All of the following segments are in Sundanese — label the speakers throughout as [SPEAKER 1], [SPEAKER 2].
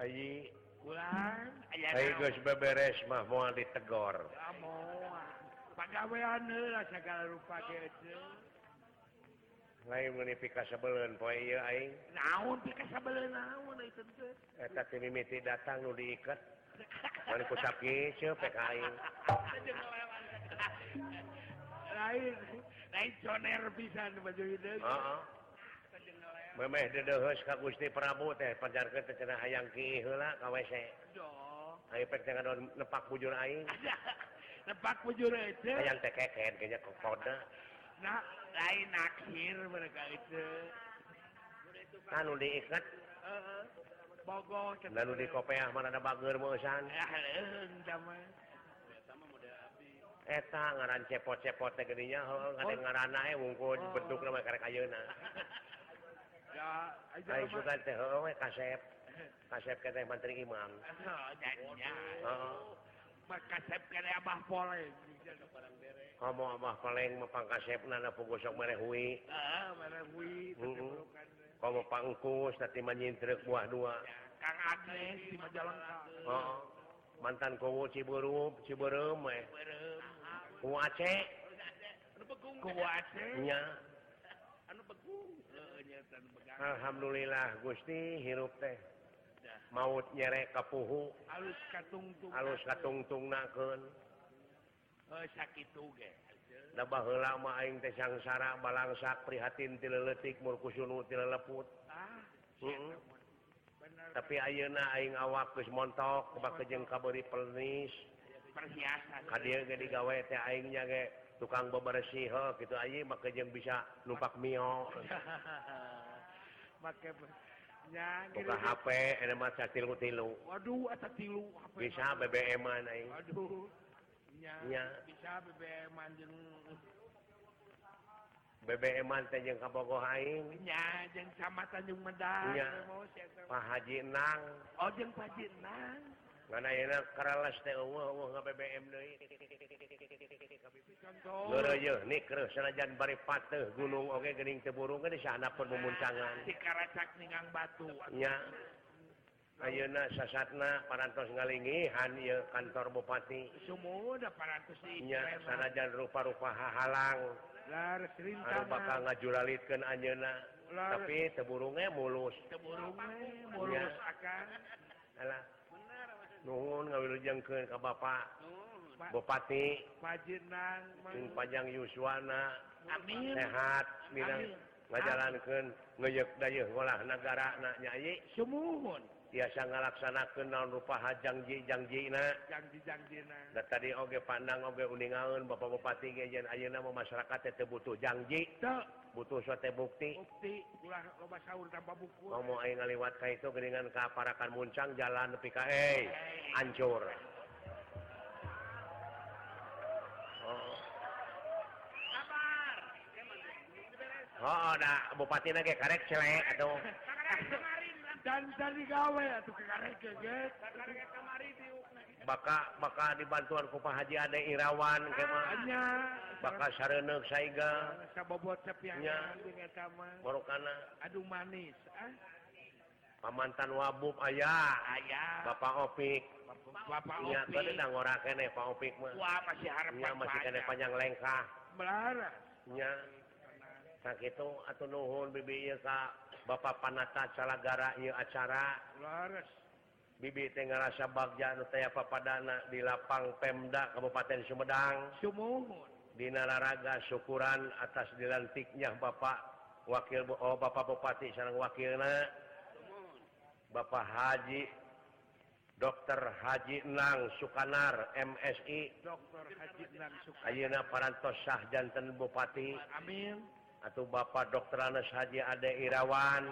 [SPEAKER 1] hiji
[SPEAKER 2] pulang aya
[SPEAKER 3] Aing
[SPEAKER 2] naon.
[SPEAKER 3] Hmm, geus beberes mah moal ditegor.
[SPEAKER 2] Amoa. ah, Pagawean heula segala rupa ge teu.
[SPEAKER 3] Lain meuni pikasebeleun poe ieu aing
[SPEAKER 2] Naon ti kasabeuleuh naon eta teh?
[SPEAKER 3] eta ti mimiti datang nu diiket. Mani ku sapi ceu pek aing.
[SPEAKER 2] Lain, lain soner pisan baju itu.
[SPEAKER 3] Heeh. Memeh dedeuheus ka Gusti Prabu teh panjarkeun teh cenah hayang ki heula ka WC. Aing pek teh ngadon nepak bujur aing.
[SPEAKER 2] Lepak bujur itu.
[SPEAKER 3] Hayang teh keken kayaknya ke kode.
[SPEAKER 2] Nah, lain akhir mereka itu.
[SPEAKER 3] Nah nu diiket,
[SPEAKER 2] Heeh. Bogoh.
[SPEAKER 3] nah nu dikopeah mana ada bageur meusan.
[SPEAKER 2] Ah, leung sama.
[SPEAKER 3] Eta ngaran cepot-cepot teh geudinya heuh ngade ngaranna we wungkul bentukna mah karek ayeuna.
[SPEAKER 2] Ya,
[SPEAKER 3] Aing suka teh heuh we kasep. Kasep ke teh mantri imam.
[SPEAKER 2] Oh, jadinya.
[SPEAKER 3] Heeh.
[SPEAKER 2] Makasep kene abah poleng.
[SPEAKER 3] Kamu amah paling mepangkasep nana pugosok merehui.
[SPEAKER 2] Heeh, mana wi
[SPEAKER 3] Heeh.
[SPEAKER 2] tetepurukan.
[SPEAKER 3] Kamu pangkus nanti menyintrek buah dua.
[SPEAKER 2] Kang Agnes di Majalengka.
[SPEAKER 3] Heeh. Mantan kowo ciberum, ciberem eh.
[SPEAKER 2] Berem.
[SPEAKER 3] Ku Aceh.
[SPEAKER 2] Kuwate.
[SPEAKER 3] Nya.
[SPEAKER 2] Anu begung. Heeh, nya tan begang.
[SPEAKER 3] Alhamdulillah Gusti hirup teh. Maut nyerek ka puhu,
[SPEAKER 2] Alus katungtung.
[SPEAKER 3] alus katungtungnakeun.
[SPEAKER 2] Heeh, sakitu ge.
[SPEAKER 3] Da baheula mah aing teh sangsara balangsak prihatin ti leutik murkusunu ti leleput.
[SPEAKER 2] Ah,
[SPEAKER 3] Heeh.
[SPEAKER 2] bener.
[SPEAKER 3] Tapi ayeuna aing awak geus montok kebakejeung kabeuri pernis.
[SPEAKER 2] perhiasan.
[SPEAKER 3] hadir ge digawe teh aingnya ge tukang bebersih heuh gitu aing mah jeung bisa numpak mio
[SPEAKER 2] Make nya
[SPEAKER 3] buka
[SPEAKER 2] gini-
[SPEAKER 3] HP eta mah tilu tilu
[SPEAKER 2] Waduh, eta tilu HP.
[SPEAKER 3] bisa BBM-an aing
[SPEAKER 2] Waduh. Nya,
[SPEAKER 3] Nya.
[SPEAKER 2] bisa BBM anjing.
[SPEAKER 3] BBM-an teh jeung kabogoh aing
[SPEAKER 2] Nya jeung sama Tanjung Medan.
[SPEAKER 3] Nya.
[SPEAKER 2] Mau siapa?
[SPEAKER 3] Pak Haji Nang
[SPEAKER 2] Oh, jeung Pajitnang.
[SPEAKER 3] ngan ayeuna karales teh eueuh eueuh ka BBM deui Oh.
[SPEAKER 2] Contoh.
[SPEAKER 3] Leureuh nikreuh sanajan bari pateuh gunung oge geuning teu burung geus sahandapeun mumuncangan
[SPEAKER 2] Si Karacak ningang batu.
[SPEAKER 3] nya ayeuna sasatna parantos ngalingihan ieu kantor bupati
[SPEAKER 2] Semua udah 400 di
[SPEAKER 3] nya sanajan rupa-rupa hahalang
[SPEAKER 2] Lar
[SPEAKER 3] anu bakal
[SPEAKER 2] rintangan.
[SPEAKER 3] ngajuralitkeun anjeunna
[SPEAKER 2] Lar
[SPEAKER 3] tapi teburungnya mulus
[SPEAKER 2] teburung mulus akan.
[SPEAKER 3] alah nuhun ngawilujengkeun ka Bapak Bupati
[SPEAKER 2] Pajitnang.
[SPEAKER 3] jeung Panjang Yuswana
[SPEAKER 2] Amin.
[SPEAKER 3] sehat mireng
[SPEAKER 2] Amin.
[SPEAKER 3] ngajalankeun ngeyek dayeuh olah nagara na nyai
[SPEAKER 2] Sumuhun.
[SPEAKER 3] tiasa ngalaksanakeun naon rupa hajangji janjina
[SPEAKER 2] Janji-janjina.
[SPEAKER 3] da tadi oge pandang oge uningaeun Bapak Bupati ge jeung ayeuna mah masyarakat teh teu butuh janji
[SPEAKER 2] Tuh,
[SPEAKER 3] butuh suatu bukti
[SPEAKER 2] bukti ulah loba sahur tanpa buku.
[SPEAKER 3] Ngomong aing ngaliwat ka itu geuningan ka parakan muncang jalan nepi ka eh hancur. Oh.
[SPEAKER 2] Kabar.
[SPEAKER 3] Oh, da bupati ge karek celek atuh.
[SPEAKER 2] Dan dari gawe atuh ke kareke ge.
[SPEAKER 3] Baka baka dibantuan ku Pak Haji Ade Irawan ge mah.
[SPEAKER 2] Hanya
[SPEAKER 3] Baka sareuneuh saiga
[SPEAKER 2] sabobot sepian
[SPEAKER 3] Nya.
[SPEAKER 2] jeung eta mah.
[SPEAKER 3] barokana
[SPEAKER 2] Aduh manis, ah.
[SPEAKER 3] pamantan wabub aya
[SPEAKER 2] Aya
[SPEAKER 3] Bapak Opik.
[SPEAKER 2] Bapak
[SPEAKER 3] Nya
[SPEAKER 2] Opi.
[SPEAKER 3] keudeung ngora keneh Pak Opik mah.
[SPEAKER 2] Wah, masih harap
[SPEAKER 3] Nya masih keneh panjang lengkah.
[SPEAKER 2] Belara.
[SPEAKER 3] nya sakitu atuh nuhun bibi ieu ka Bapak Panata Calagara ieu acara
[SPEAKER 2] Laras.
[SPEAKER 3] bibi teh ngarasa bagja nu teh papadana di lapang Pemda Kabupaten Sumedang
[SPEAKER 2] Sumuhun.
[SPEAKER 3] dina raraga syukuran atas dilantiknya Bapak Wakil oh Bapak Bupati sareng wakilna Bapak Haji Dr. Haji Nang Sukanar MSI
[SPEAKER 2] Dokter Haji Nan Suka.
[SPEAKER 3] ayeuna parantos sah janten Bupati
[SPEAKER 2] Amin.
[SPEAKER 3] atau Bapak Dr. Anes Haji Ade Irawan,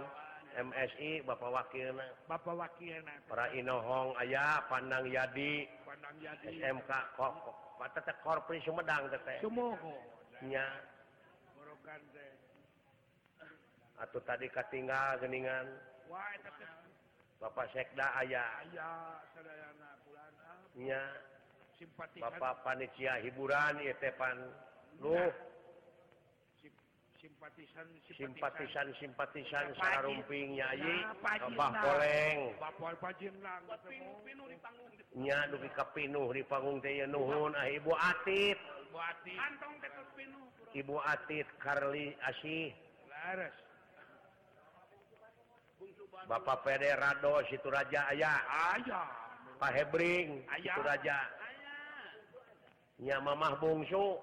[SPEAKER 3] MSI, Bapak Wakilna,
[SPEAKER 2] Bapak wakilna
[SPEAKER 3] para Inohong Ayah, Pandang Yadi,
[SPEAKER 2] Pandang Jadi.
[SPEAKER 3] SMK, kok, kok, teteh Korpri Sumedang, teteh.
[SPEAKER 2] Sumuhun.
[SPEAKER 3] Nya,
[SPEAKER 2] Borokan teh.
[SPEAKER 3] atau tadi katinggal geningan,
[SPEAKER 2] Wah, eta teh
[SPEAKER 3] Bapak Sekda Ayah,
[SPEAKER 2] aya sadayana bulan ah,
[SPEAKER 3] nya,
[SPEAKER 2] simpatisan
[SPEAKER 3] Bapak Panitia Hiburan, ya Tepan, lu,
[SPEAKER 2] Sim- simpatisan
[SPEAKER 3] simpatisan simpatisan sa rumping nyayi
[SPEAKER 2] Nah, Pakistan.
[SPEAKER 3] abah koleng
[SPEAKER 2] Bapak Pajin lang. Pinu-pinu di
[SPEAKER 3] nya dugi ka pinuh di panggung teh ieu nuhun ah ibu atit
[SPEAKER 2] Buati. Kantong tetap pinu.
[SPEAKER 3] ibu atit Karli Asih
[SPEAKER 2] Lares.
[SPEAKER 3] Bapak Pede Rado situ raja aya
[SPEAKER 2] Ayah.
[SPEAKER 3] Pak Hebring
[SPEAKER 2] Aya.
[SPEAKER 3] situ raja nya mamah bungsu
[SPEAKER 2] oh,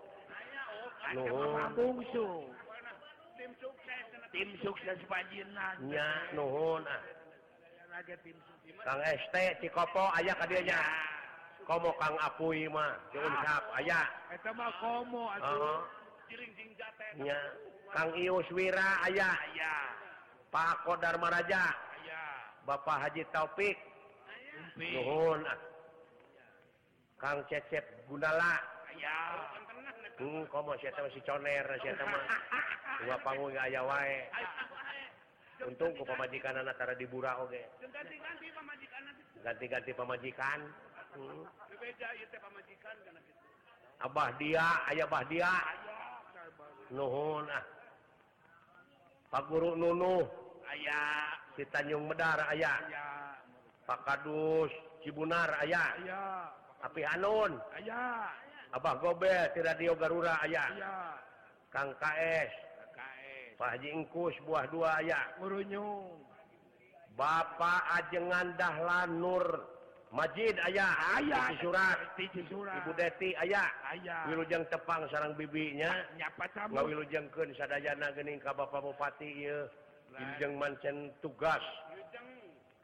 [SPEAKER 2] kan
[SPEAKER 3] Nuhun.
[SPEAKER 2] Ayah. bungsu. Tim sukses. Tim sukses Pajin lang.
[SPEAKER 3] nya nuhun ah
[SPEAKER 2] Lagi tim sukses.
[SPEAKER 3] Kang ST Cikopo aya ka dieu nya komo Kang Apuy mah diunsap aya
[SPEAKER 2] Eta mah komo
[SPEAKER 3] heeh
[SPEAKER 2] atuh. Jiring jing jaten.
[SPEAKER 3] nya Kang Ius Wira aya
[SPEAKER 2] Ayah.
[SPEAKER 3] Pak Kodar Maraja
[SPEAKER 2] Ayah.
[SPEAKER 3] Bapak Haji Taufik
[SPEAKER 2] Umpi.
[SPEAKER 3] Nuhun ah. Kang Cecep Gundala
[SPEAKER 2] Ayah. kan
[SPEAKER 3] Hmm, komo siya tama si Coner siya tama Dua panggung nggak aya wae Untung ku pamajikan anak tara dibura oge
[SPEAKER 2] Ganti-ganti pamajikan nanti.
[SPEAKER 3] Ganti-ganti pamajikan Hmm.
[SPEAKER 2] Beda ieu teh pamajikan kana kitu.
[SPEAKER 3] Abah dia, ayah bah dia Nuhun ah Pak Guru Nunu
[SPEAKER 2] Ayah.
[SPEAKER 3] di Tanjung Medar ayah
[SPEAKER 2] Ayah.
[SPEAKER 3] Pak Kadus Cibunar ayah
[SPEAKER 2] Ayah.
[SPEAKER 3] Api Hanun
[SPEAKER 2] Ayah.
[SPEAKER 3] Abah Gobe di Radio Garura ayah
[SPEAKER 2] Ayah.
[SPEAKER 3] Kang KS
[SPEAKER 2] KKS.
[SPEAKER 3] Pak Haji Engkus buah dua ayah
[SPEAKER 2] Ngurunyung.
[SPEAKER 3] Bapak Ajengan Dahlan Nur Majid ayah
[SPEAKER 2] Ayah.
[SPEAKER 3] Isi Surat
[SPEAKER 2] Ti Surat.
[SPEAKER 3] Ibu Deti ayah
[SPEAKER 2] Ayah.
[SPEAKER 3] Wilujeng Tepang sarang bibinya
[SPEAKER 2] Nyapa tamu.
[SPEAKER 3] ngawilujengkeun sadayana geuning ka Bapak Bupati ieu Wilujeng mancen tugas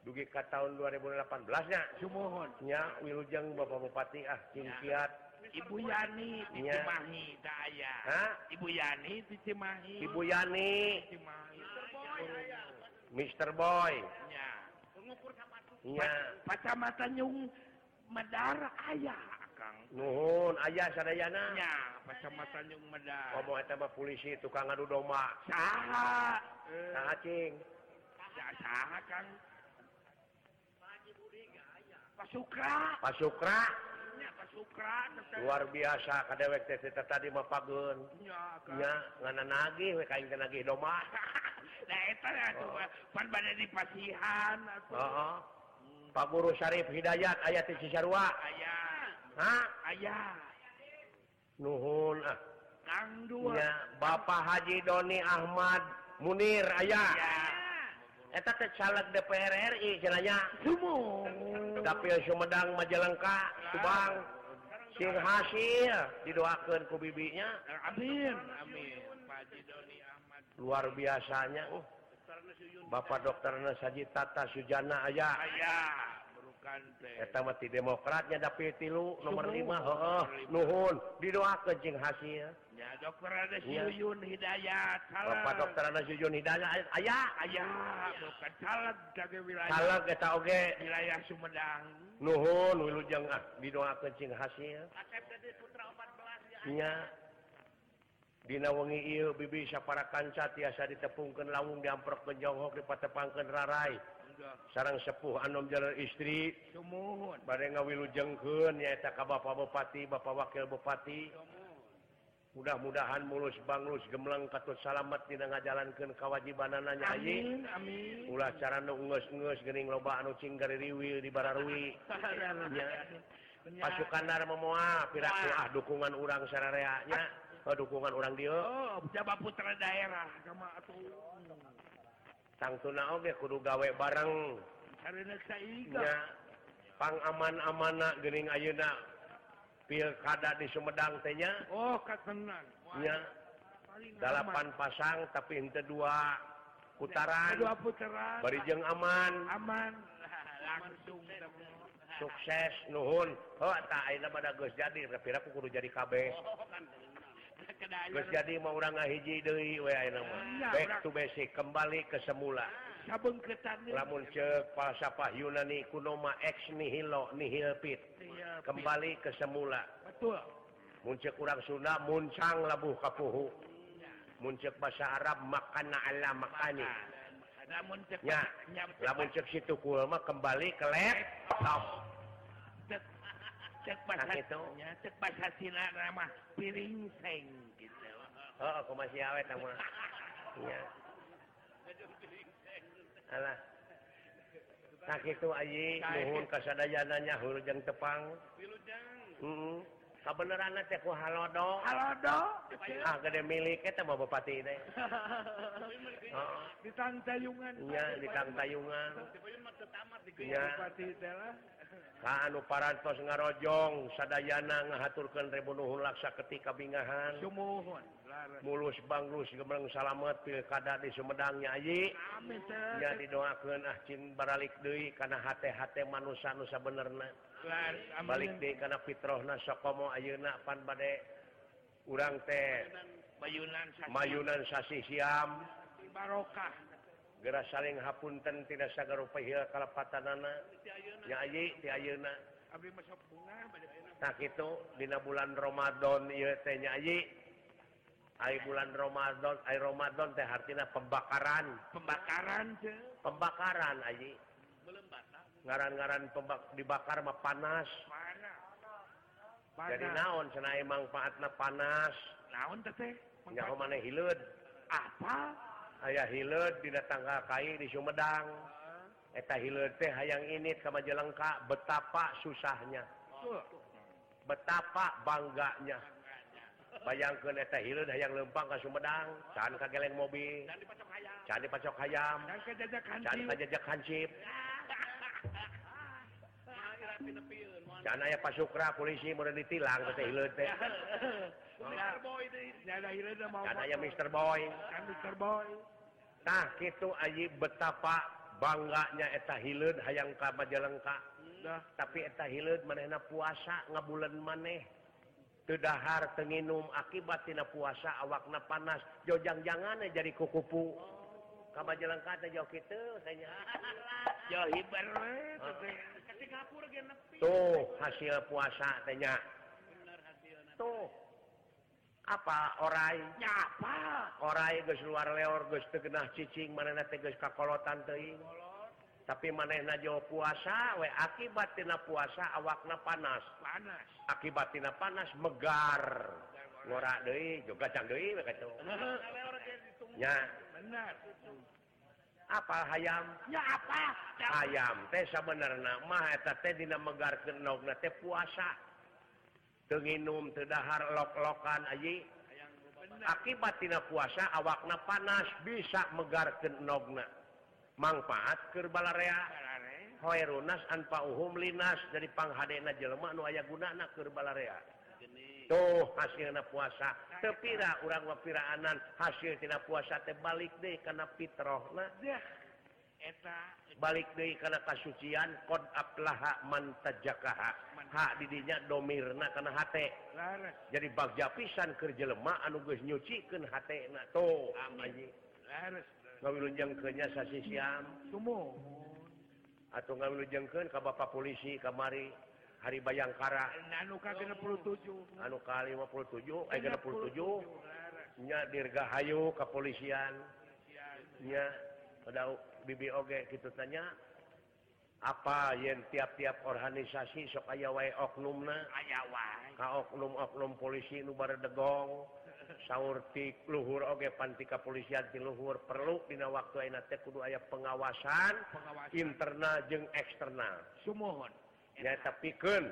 [SPEAKER 3] dugi ka tahun 2018 nya
[SPEAKER 2] Sumohon.
[SPEAKER 3] nya Wilujeng Bapak Bupati ah cingkiat
[SPEAKER 2] Ibu Yani di
[SPEAKER 3] Nya.
[SPEAKER 2] Cimahi da aya.
[SPEAKER 3] ha
[SPEAKER 2] Ibu Yani di Cimahi.
[SPEAKER 3] Ibu Ya. Yani
[SPEAKER 2] Cimahi. Ya.
[SPEAKER 3] Mr. Boy
[SPEAKER 2] Nya.
[SPEAKER 3] nya
[SPEAKER 2] Kacamata Nyung Medar ayah, Kang.
[SPEAKER 3] nuhun ayah sadayana
[SPEAKER 2] Nya, kacamata Nyung Medar.
[SPEAKER 3] ngomong eta mah polisi tukang adu domba
[SPEAKER 2] Saha. Eh.
[SPEAKER 3] Nah, cing.
[SPEAKER 2] Sa- saha kan. kang ya. Pasukra
[SPEAKER 3] Pak Sukra
[SPEAKER 2] nya pasukra
[SPEAKER 3] luar biasa kadewek teh teh tadi mah pageun
[SPEAKER 2] nya Kang.
[SPEAKER 3] nya ngana nagih we kaing teh nagih domba
[SPEAKER 2] Nah, eta lah atuh Pak. pan bade di pasihan Hmm, atuh
[SPEAKER 3] heeh Pak Guru Syarif Hidayat aya ti Cisarua
[SPEAKER 2] aya
[SPEAKER 3] ha
[SPEAKER 2] aya
[SPEAKER 3] nuhun ah
[SPEAKER 2] kang dua
[SPEAKER 3] nya Bapak Haji Doni Ahmad Munir aya
[SPEAKER 2] aya
[SPEAKER 3] eta teh caleg DPR RI cenanya
[SPEAKER 2] sumo
[SPEAKER 3] Dapil Sumedang Majalengka Subang Sing hasil didoakeun ku bibinya
[SPEAKER 2] amin amin Pak Haji Doni Ahmad
[SPEAKER 3] luar biasanya uh. Bapak Dokter Saji Tata Sujana aya
[SPEAKER 2] aya bukan teh
[SPEAKER 3] Eta mah ti demokratnya dapil tilu nomor
[SPEAKER 2] Suhu.
[SPEAKER 3] lima heeh nuhun didoakeun jeung hasil
[SPEAKER 2] nya Ya, dokter ada si
[SPEAKER 3] Nya.
[SPEAKER 2] Yuyun Hidayat salam.
[SPEAKER 3] Iya. Bapak Dokter Ana Sujun Hidayah ay- aya
[SPEAKER 2] aya bukan salah dari wilayah
[SPEAKER 3] saleg eta oge
[SPEAKER 2] wilayah Sumedang.
[SPEAKER 3] nuhun wilujeng ah didoakeun jeung hasil
[SPEAKER 2] Asep jadi putra 14 ya.
[SPEAKER 3] nya Dina wengi ieu bibi sapara kanca tiasa ditepungkeun lawung diamprokkeun jonghok dipatepangkeun rarai
[SPEAKER 2] Enggak.
[SPEAKER 3] sareng sepuh anom jalan istri
[SPEAKER 2] Sumuhun.
[SPEAKER 3] bade ngawilujengkeun nyaeta ka Bapak Bupati, Bapak Wakil Bupati. Mudah-mudahan mulus banglus gemleng katut salamet dina ngajalankeun kewajiban nanya ieu.
[SPEAKER 2] Amin, amin.
[SPEAKER 3] Ulah cara nu ngeus-ngeus geuning loba anu cinggar riwil di bararui. Iya. Pasukan dar memoal piraku ah dukungan urang sararea nya. Eh, dukungan urang dieu.
[SPEAKER 2] Oh, Jabat Putra Daerah sama atuh.
[SPEAKER 3] Tangtuna oge kudu gawe bareng
[SPEAKER 2] Karena saiga.
[SPEAKER 3] nya. Pang aman-amana geuning ayeuna pilkada di Sumedang teh nya.
[SPEAKER 2] Oh, katenan.
[SPEAKER 3] Nya. Iya. dalapan pasang tapi henteu dua
[SPEAKER 2] Kedua
[SPEAKER 3] putaran
[SPEAKER 2] putaran.
[SPEAKER 3] barijeng aman
[SPEAKER 2] aman. Langsung.
[SPEAKER 3] sukses nuhun oh tak ayeuna pada geus jadi kira kudu jadi kabeh Kan geus
[SPEAKER 2] Kedaya.
[SPEAKER 3] jadi mah urang ngahiji deui we ayeuna mah back to basic kembali ke semula
[SPEAKER 2] Sabung ketan.
[SPEAKER 3] lamun ceuk falsafah Yunani kuno mah ex nihilo nihil pit
[SPEAKER 2] Iya,
[SPEAKER 3] kembali ke semula
[SPEAKER 2] Betul.
[SPEAKER 3] mun ceuk urang Sunda muncang labuh kapuhu mun ceuk bahasa Arab makana ala makani
[SPEAKER 2] Namun cepat.
[SPEAKER 3] Ya.
[SPEAKER 2] Iya. Nyam
[SPEAKER 3] lamun
[SPEAKER 2] cepat.
[SPEAKER 3] ceuk situ kulma kembali ke laptop
[SPEAKER 2] Cek, cek bahasa
[SPEAKER 3] Nah, gitu.
[SPEAKER 2] ya, cek bahasa Cina nama piring seng gitu.
[SPEAKER 3] Oh, aku masih awet sama. Iya. Alah. Tak itu ayi, nuhun kasadayananya hurjeng tepang. Heeh. Kabeneran teh ku halodo.
[SPEAKER 2] Halo dok.
[SPEAKER 3] Ah, gede milik eta mah bupati teh. Heeh.
[SPEAKER 2] Di tantayungan.
[SPEAKER 3] Nya di Kang Iya, Tayungan. Nya
[SPEAKER 2] Bupati teh lah.
[SPEAKER 3] ka anu parantos ngarojong sadayana ngahaturkeun Rebu Nuhun Laksa ketika bingahan.
[SPEAKER 2] Sumuhun. Laras.
[SPEAKER 3] Mulus banglus gemeng salamet pilkada di Sumedangnya ayi.
[SPEAKER 2] Amin
[SPEAKER 3] Ya
[SPEAKER 2] teh.
[SPEAKER 3] didoakeun ah cin baralik deui kana hate-hate manusia nu sabenerna.
[SPEAKER 2] Laras. Amin.
[SPEAKER 3] Balik deui kana fitrahna sokomo ayeuna pan bade urang teh
[SPEAKER 2] Bayunan sakit.
[SPEAKER 3] mayunan sasi siam
[SPEAKER 2] Barokah.
[SPEAKER 3] geura saling hapunten tidak sagarupa hil kalapatanana nya ayi ti ayeuna
[SPEAKER 2] Abi masuk bunga. bade ayeuna.
[SPEAKER 3] tah kitu dina bulan Ramadan ieu teh nya ayi ai bulan Ramadan ai Ramadan teh artina pembakaran
[SPEAKER 2] Pembakaran teh.
[SPEAKER 3] pembakaran ayi ngaran-ngaran pembak dibakar mah panas
[SPEAKER 2] Mana?
[SPEAKER 3] jadi
[SPEAKER 2] Mana?
[SPEAKER 3] naon senai manfaatna panas
[SPEAKER 2] Naon teh teh?
[SPEAKER 3] nyaho mana hileud
[SPEAKER 2] Apa?
[SPEAKER 3] aya hileud dina tangga kai di Sumedang eta hileud teh hayang init ka Majalengka betapa susahnya
[SPEAKER 2] Tuh.
[SPEAKER 3] betapa bangganya bayangkeun eta hileud hayang lempang ka Sumedang can kageleng mobil can dipacok hayam
[SPEAKER 2] Dan kejajakan
[SPEAKER 3] can kajejak hansip can aya pasukra polisi mun ditilang teh hileud teh
[SPEAKER 2] Mr. Boy deh. Nyada hilir dah mau.
[SPEAKER 3] can aya Mr. Boy
[SPEAKER 2] Kan Mr. Boy.
[SPEAKER 3] Nah itu Aji betapa bangganya eta Hileud hayang ka Majalengka
[SPEAKER 2] Dah.
[SPEAKER 3] tapi eta Hileud manehna puasa ngabulan maneh tedahar tenginum akibat tina puasa awakna panas jojang jangan jadi kukupu ka Majalengka teh jauh kitu tanya
[SPEAKER 2] Ya hibar we
[SPEAKER 3] Ah.
[SPEAKER 2] teh teh.
[SPEAKER 3] tuh hasil puasa tanya tuh apa orai
[SPEAKER 2] Nyapa?
[SPEAKER 3] orai geus luar leor geus teu genah cicing manehna teh geus kakolotan teuing tapi manehna jauh puasa we akibat tina puasa awakna panas
[SPEAKER 2] Panas.
[SPEAKER 3] akibat tina panas megar ngora deui juga cang deui we kitu nya
[SPEAKER 2] Benar.
[SPEAKER 3] apa hayam
[SPEAKER 2] Nyapa?
[SPEAKER 3] hayam teh sabenerna mah eta teh dina megarkeun nogna teh puasa teu nginum teu dahar lok-lokan aji akibat tina puasa awakna panas bisa megarkeun nogna manfaat keur balarea
[SPEAKER 2] Barare.
[SPEAKER 3] Hoerunas anpa uhum linas dari panghadena jelema nu aya gunana keur balarea. Tuh hasilna puasa. Tepira urang wapiraanan hasil tina puasa teh balik deui kana fitrahna,
[SPEAKER 2] Dah. Eta.
[SPEAKER 3] balik deui kana kasucian qad aflaha man tajakaha. Ha di dinya domirna kana hate.
[SPEAKER 2] Laras.
[SPEAKER 3] Jadi bagja pisan keur jelema anu geus nyucikeun hatena. Tuh anjing.
[SPEAKER 2] Laras.
[SPEAKER 3] Ngawilunjang kenya sasi siam.
[SPEAKER 2] Sumo.
[SPEAKER 3] atau ngawilujengkeun ka Bapak polisi kamari hari Bayangkara
[SPEAKER 2] Nanu ka 67.
[SPEAKER 3] anu ka 57 eh 67
[SPEAKER 2] Laras.
[SPEAKER 3] nya dirgahayu kepolisian nya pada bibi oge kitu tanya apa yen tiap-tiap organisasi sok aya wae oknumna
[SPEAKER 2] Aya wae.
[SPEAKER 3] ka oknum-oknum polisi nu baredegong sahur ti luhur oge panti kapolisian ti luhur perlu dina waktu ayeuna teh kudu aya pengawasan
[SPEAKER 2] Pengawasan.
[SPEAKER 3] internal jeung eksternal
[SPEAKER 2] Sumohon.
[SPEAKER 3] Ya tapiken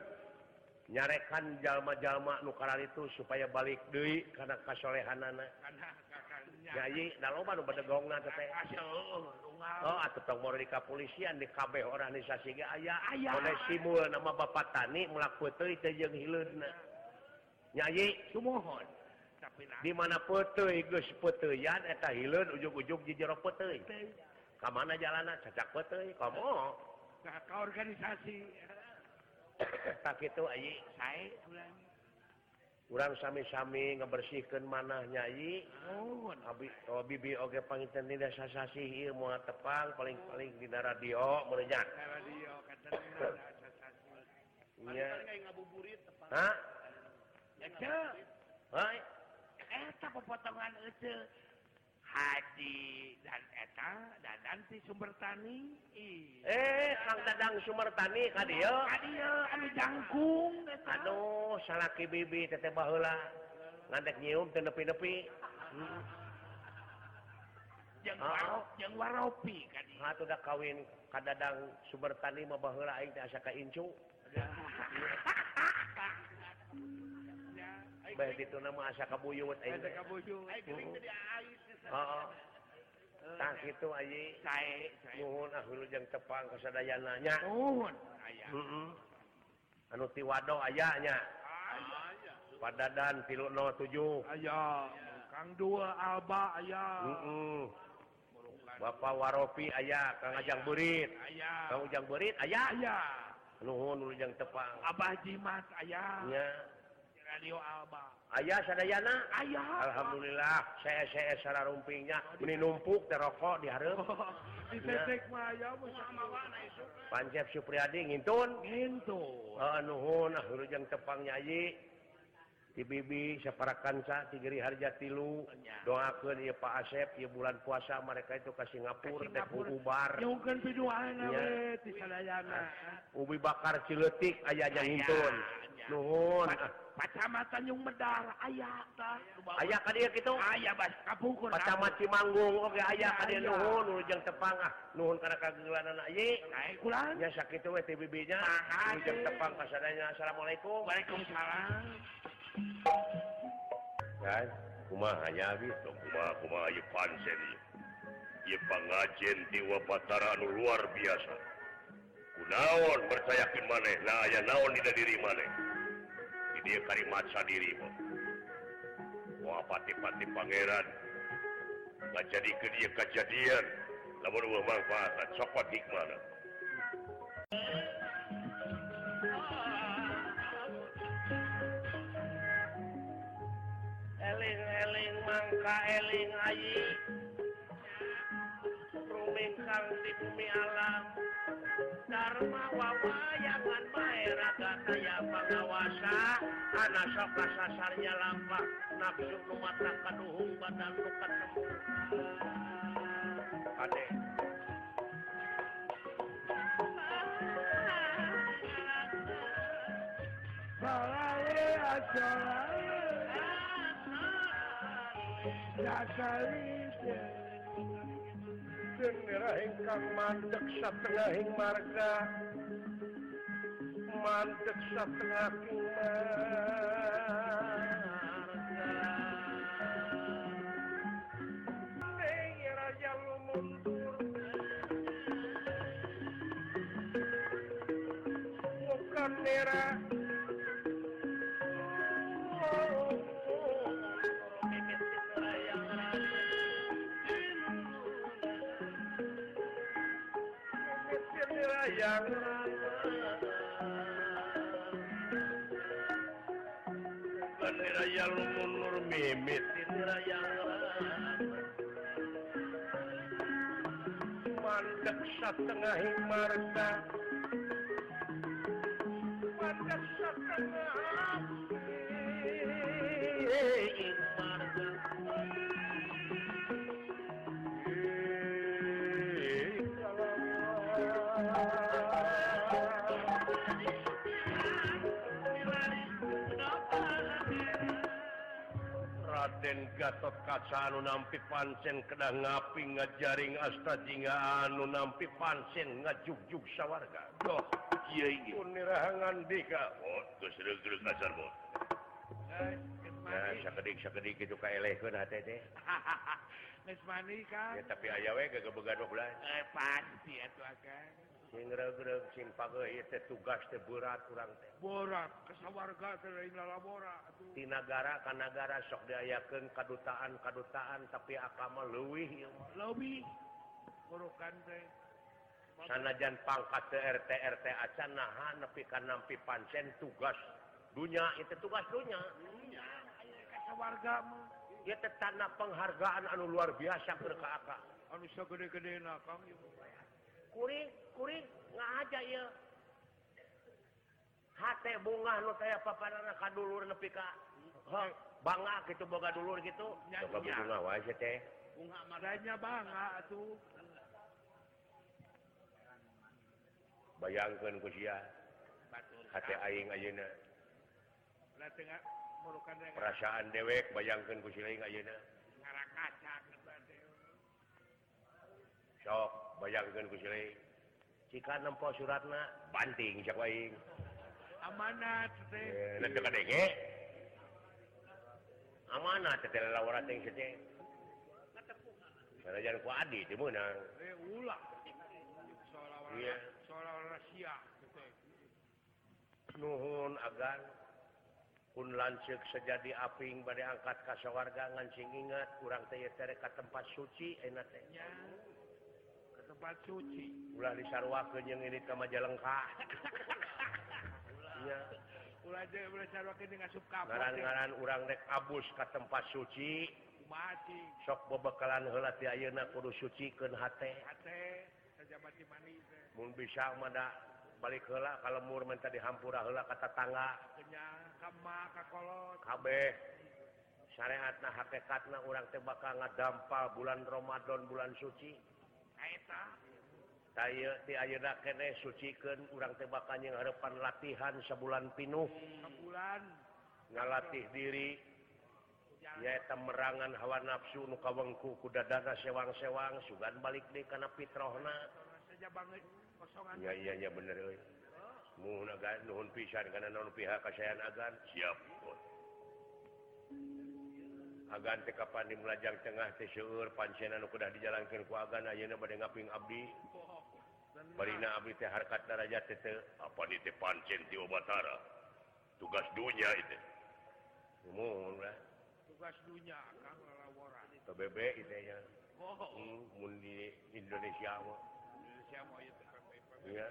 [SPEAKER 3] nyarekan jalma-jalma nukar itu supaya balik Dewi karena kasolehanana
[SPEAKER 2] Karena kakaknya.
[SPEAKER 3] Yayi da loba nu bedegongna teh teh. Oh atuh tong moro di kapolisian di kabeh organisasi ge aya
[SPEAKER 2] Aya.
[SPEAKER 3] oleh simul nama Bapak Tani melaku teuy teh jeung hileudna. Nyayi
[SPEAKER 2] Sumohon. Tapi nah.
[SPEAKER 3] di mana peuteuy geus peuteuyan eta hileud ujug-ujug di jero peuteuy. Ka mana jalanna cacak peuteuy komo.
[SPEAKER 2] Nah, ke organisasi.
[SPEAKER 3] Tak kitu ayi
[SPEAKER 2] Saya ulang.
[SPEAKER 3] urang sami-sami ngebersihkeun manah nyayi.
[SPEAKER 2] Mohon.
[SPEAKER 3] Abi, oh, bibi oge pangitan tidak sasasi ieu moal tepang paling-paling di radio merenya.
[SPEAKER 2] Saya radio kata dia ada asas-asas.
[SPEAKER 3] Nya. Ha?
[SPEAKER 2] Ece,
[SPEAKER 3] Hai.
[SPEAKER 2] eta pepotongan ece. Haji dan eta dan nanti sumber tani. Ih.
[SPEAKER 3] Eh, Kang Dadang Sumertani ka dieu.
[SPEAKER 2] Kadia, anu jangkung. eta.
[SPEAKER 3] Aduh, salaki bibi teteh baheula. Ngantek nyium teu nepi-nepi.
[SPEAKER 2] Jeung
[SPEAKER 3] Ah.
[SPEAKER 2] waro- jeung waropi ka dieu.
[SPEAKER 3] Ha, tuh dah kawin kadadang sumber tani mah baheula aing teh asa ka incu.
[SPEAKER 2] Ya, ai
[SPEAKER 3] Bae dituna mah asa ka buyut aing.
[SPEAKER 2] Ada kabuju. Ai geuling teh
[SPEAKER 3] Heeh. Tah kitu ayi
[SPEAKER 2] Sae, sae.
[SPEAKER 3] nuhun ah hulu jeung tepang kasadayana nya.
[SPEAKER 2] Nuhun aya.
[SPEAKER 3] Heeh. Anu tiwado aya nya.
[SPEAKER 2] Aya.
[SPEAKER 3] Padadan 307.
[SPEAKER 2] Aya. Kang dua alba aya.
[SPEAKER 3] Heeh. Bapak Waropi aya Kang Ajang Burit.
[SPEAKER 2] Aya.
[SPEAKER 3] Kang Ujang Burit aya.
[SPEAKER 2] Aya.
[SPEAKER 3] Nuhun hulu jeung tepang.
[SPEAKER 2] Abah Jimat aya.
[SPEAKER 3] Nya.
[SPEAKER 2] Radio Alba.
[SPEAKER 3] Aya sadayana.
[SPEAKER 2] Aya.
[SPEAKER 3] Alhamdulillah saya saya secara rumpingnya ini numpuk terokok diharap
[SPEAKER 2] Di tetek mah aya mah samawana itu.
[SPEAKER 3] Pancep Supriyadi ngintun
[SPEAKER 2] Ngento.
[SPEAKER 3] uh, nuhun ah hurujang tepang nyayi ti bibi saparakan sa ti Geri harja tilu doakeun ieu Pak Asep ieu bulan puasa mereka itu ke Singapura
[SPEAKER 2] Ka
[SPEAKER 3] teh
[SPEAKER 2] Singapura.
[SPEAKER 3] ubar
[SPEAKER 2] Nyungkeun piduana
[SPEAKER 3] Iya.
[SPEAKER 2] we ti sadayana.
[SPEAKER 3] ubi bakar cileutik aya
[SPEAKER 2] Aya,
[SPEAKER 3] jeung ngintun
[SPEAKER 2] aya.
[SPEAKER 3] nuhun
[SPEAKER 2] Pa- Kacamatan Yung Medar aya tah.
[SPEAKER 3] aya ka dieu kitu
[SPEAKER 2] Aya bas kapungkur.
[SPEAKER 3] Pacamat Cimanggung oge aya ka dieu
[SPEAKER 2] Aya.
[SPEAKER 3] nuhun hurujang tepang ah nuhun kana kageulanana ieu
[SPEAKER 2] Naik kulan.
[SPEAKER 3] Ya sakit we TBB-nya.
[SPEAKER 2] Tangan.
[SPEAKER 3] Ujung tepang kasadanya. Assalamualaikum.
[SPEAKER 2] Waalaikumsalam.
[SPEAKER 3] Kan? Kumaha nya abi?
[SPEAKER 1] kumaha kumaha ieu pansen ieu ieu pangajen ti wabatara anu luar biasa kunaon percayakeun maneh na aya naon dina diri maneh di dieu kalimat sadirimu wah pati-pati pangeran ngajadikeun ieu kejadian lamun eueuh mangfaatan sokot hikmahna
[SPEAKER 3] Eling-eling mangka eling ayi. Ruming kang di bumi alam. Dharma wawayangan bae raga kaya pangawasa. Ana sok kasasarnya lampah. Nafsu numatang kaduhung badan nu ketemu. Ade.
[SPEAKER 2] Salale asalale. Sakalite.
[SPEAKER 3] Dengerah ingkang mandek satengahing marga Mandek satengahing marga Nengi raja lumuntur Muka nera Mimit yang yang
[SPEAKER 1] bandera ya lumunur mimit
[SPEAKER 3] mandek satengahing marga mandek satengahing marga
[SPEAKER 1] Raden Gatot Kaca anu nampi pansen kedah ngapi ngajaring asta jingga anu nampi pansen ngajugjug sawarga. Doh, iya ini. Pun nirahangan dika. Oh, geus reug-reug kasar bot. Nah, sakedik sakedik kitu kaelehkeun hate teh.
[SPEAKER 2] Geus mani kan?
[SPEAKER 1] Ya tapi aya we gegebegaduh lah.
[SPEAKER 2] Eh pasti atuh akan.
[SPEAKER 3] sing reug-reug sing pageuy teh tugas teh berat urang teh
[SPEAKER 2] Borak kesawarga teh lain lalabora atuh.
[SPEAKER 3] di nagara ka nagara sok diayakeun kadutaan kadutaan tapi akama leuwih ieu mah.
[SPEAKER 2] Leuwih urukan teh.
[SPEAKER 3] sanajan pangkat teu RT RT acan naha nepi ka nampi pansen tugas dunya itu tugas dunya
[SPEAKER 2] Iya, aya kesawarga mah.
[SPEAKER 3] ieu teh tanda penghargaan anu luar biasa keur ka aka
[SPEAKER 2] Anu sagede-gede na kang ieu.
[SPEAKER 3] kuring kuring ngahaja ieu hate bunga nu teh papanana ka dulur nepi ka heuh, bangga gitu boga dulur gitu
[SPEAKER 2] Nya,
[SPEAKER 3] boga
[SPEAKER 2] nya.
[SPEAKER 3] bunga wae sia teh
[SPEAKER 2] Bunga madanya bangga atuh.
[SPEAKER 3] bayangkeun ku sia
[SPEAKER 2] Batur.
[SPEAKER 3] hate aing ayeuna
[SPEAKER 2] Lah tengah murukan teh.
[SPEAKER 3] perasaan dewek bayangkan ku sila ayeuna
[SPEAKER 2] Nga karakacak bade.
[SPEAKER 3] sok bayangkeun ku sile jika nempo suratna banting cak aing
[SPEAKER 2] Amanat teh.
[SPEAKER 3] Eh, nanti ka dege amanah teh teh lawara teh teh Sanajan ku adi teh meunang
[SPEAKER 2] Eh ulah. Seolah-olah
[SPEAKER 3] Iya.
[SPEAKER 2] seolah-olah Rusia teh.
[SPEAKER 3] nuhun agan pun lanceuk sejadi aping bade angkat ka sawarga ngancing ingat urang teh ieu tere ka tempat suci enak teh
[SPEAKER 2] Ya. Ke tempat suci.
[SPEAKER 3] ulah disarwakeun jeung ini ka majalengka nya
[SPEAKER 2] Ulah de ulah sarwakeun dengan sup kapur.
[SPEAKER 3] ngaran-ngaran urang rek abus ka tempat suci
[SPEAKER 2] Mati.
[SPEAKER 3] sok bebekalan heula ti ayeuna kudu sucikeun hate
[SPEAKER 2] Hate. Sajabat di manis. teh.
[SPEAKER 3] mun bisa mada balik heula kalemur menta dihampura heula ka tetangga
[SPEAKER 2] Kenyang. Kama kakolot.
[SPEAKER 3] kabeh syariatna hakikatna urang teh bakal ngadampal bulan Ramadan bulan suci
[SPEAKER 2] Kaeta.
[SPEAKER 3] Tayo ti ayeuna keneh sucikeun urang teh bakal nyengharepan latihan sebulan pinuh
[SPEAKER 2] Sebulan.
[SPEAKER 3] ngalatih diri
[SPEAKER 2] Jalan.
[SPEAKER 3] nyaeta merangan hawa nafsu nu kawengku ku dadana sewang-sewang sugan balik deui kana fitrahna
[SPEAKER 2] Saja banget kosongan.
[SPEAKER 3] Ya iya iya bener euy. Mun agan nuhun pisan kana naon pihak kasayan agan.
[SPEAKER 1] siap Tuan.
[SPEAKER 3] Agan teh kapan di melajang tengah teh seueur pancen anu kudah dijalankeun ku agan ayeuna bade ngaping abdi.
[SPEAKER 2] Oh,
[SPEAKER 3] Barina abdi teh harkat darajat teh teu.
[SPEAKER 1] apa ni teh pancen tiwa batara tugas dunia itu
[SPEAKER 3] Mun lah.
[SPEAKER 2] Tugas dunia kang lalaworan.
[SPEAKER 3] Teu bebe ieu teh nya.
[SPEAKER 2] Oh.
[SPEAKER 3] Hmm, mun di Indonesia mah.
[SPEAKER 2] Indonesia mau itu kan.
[SPEAKER 3] Ya.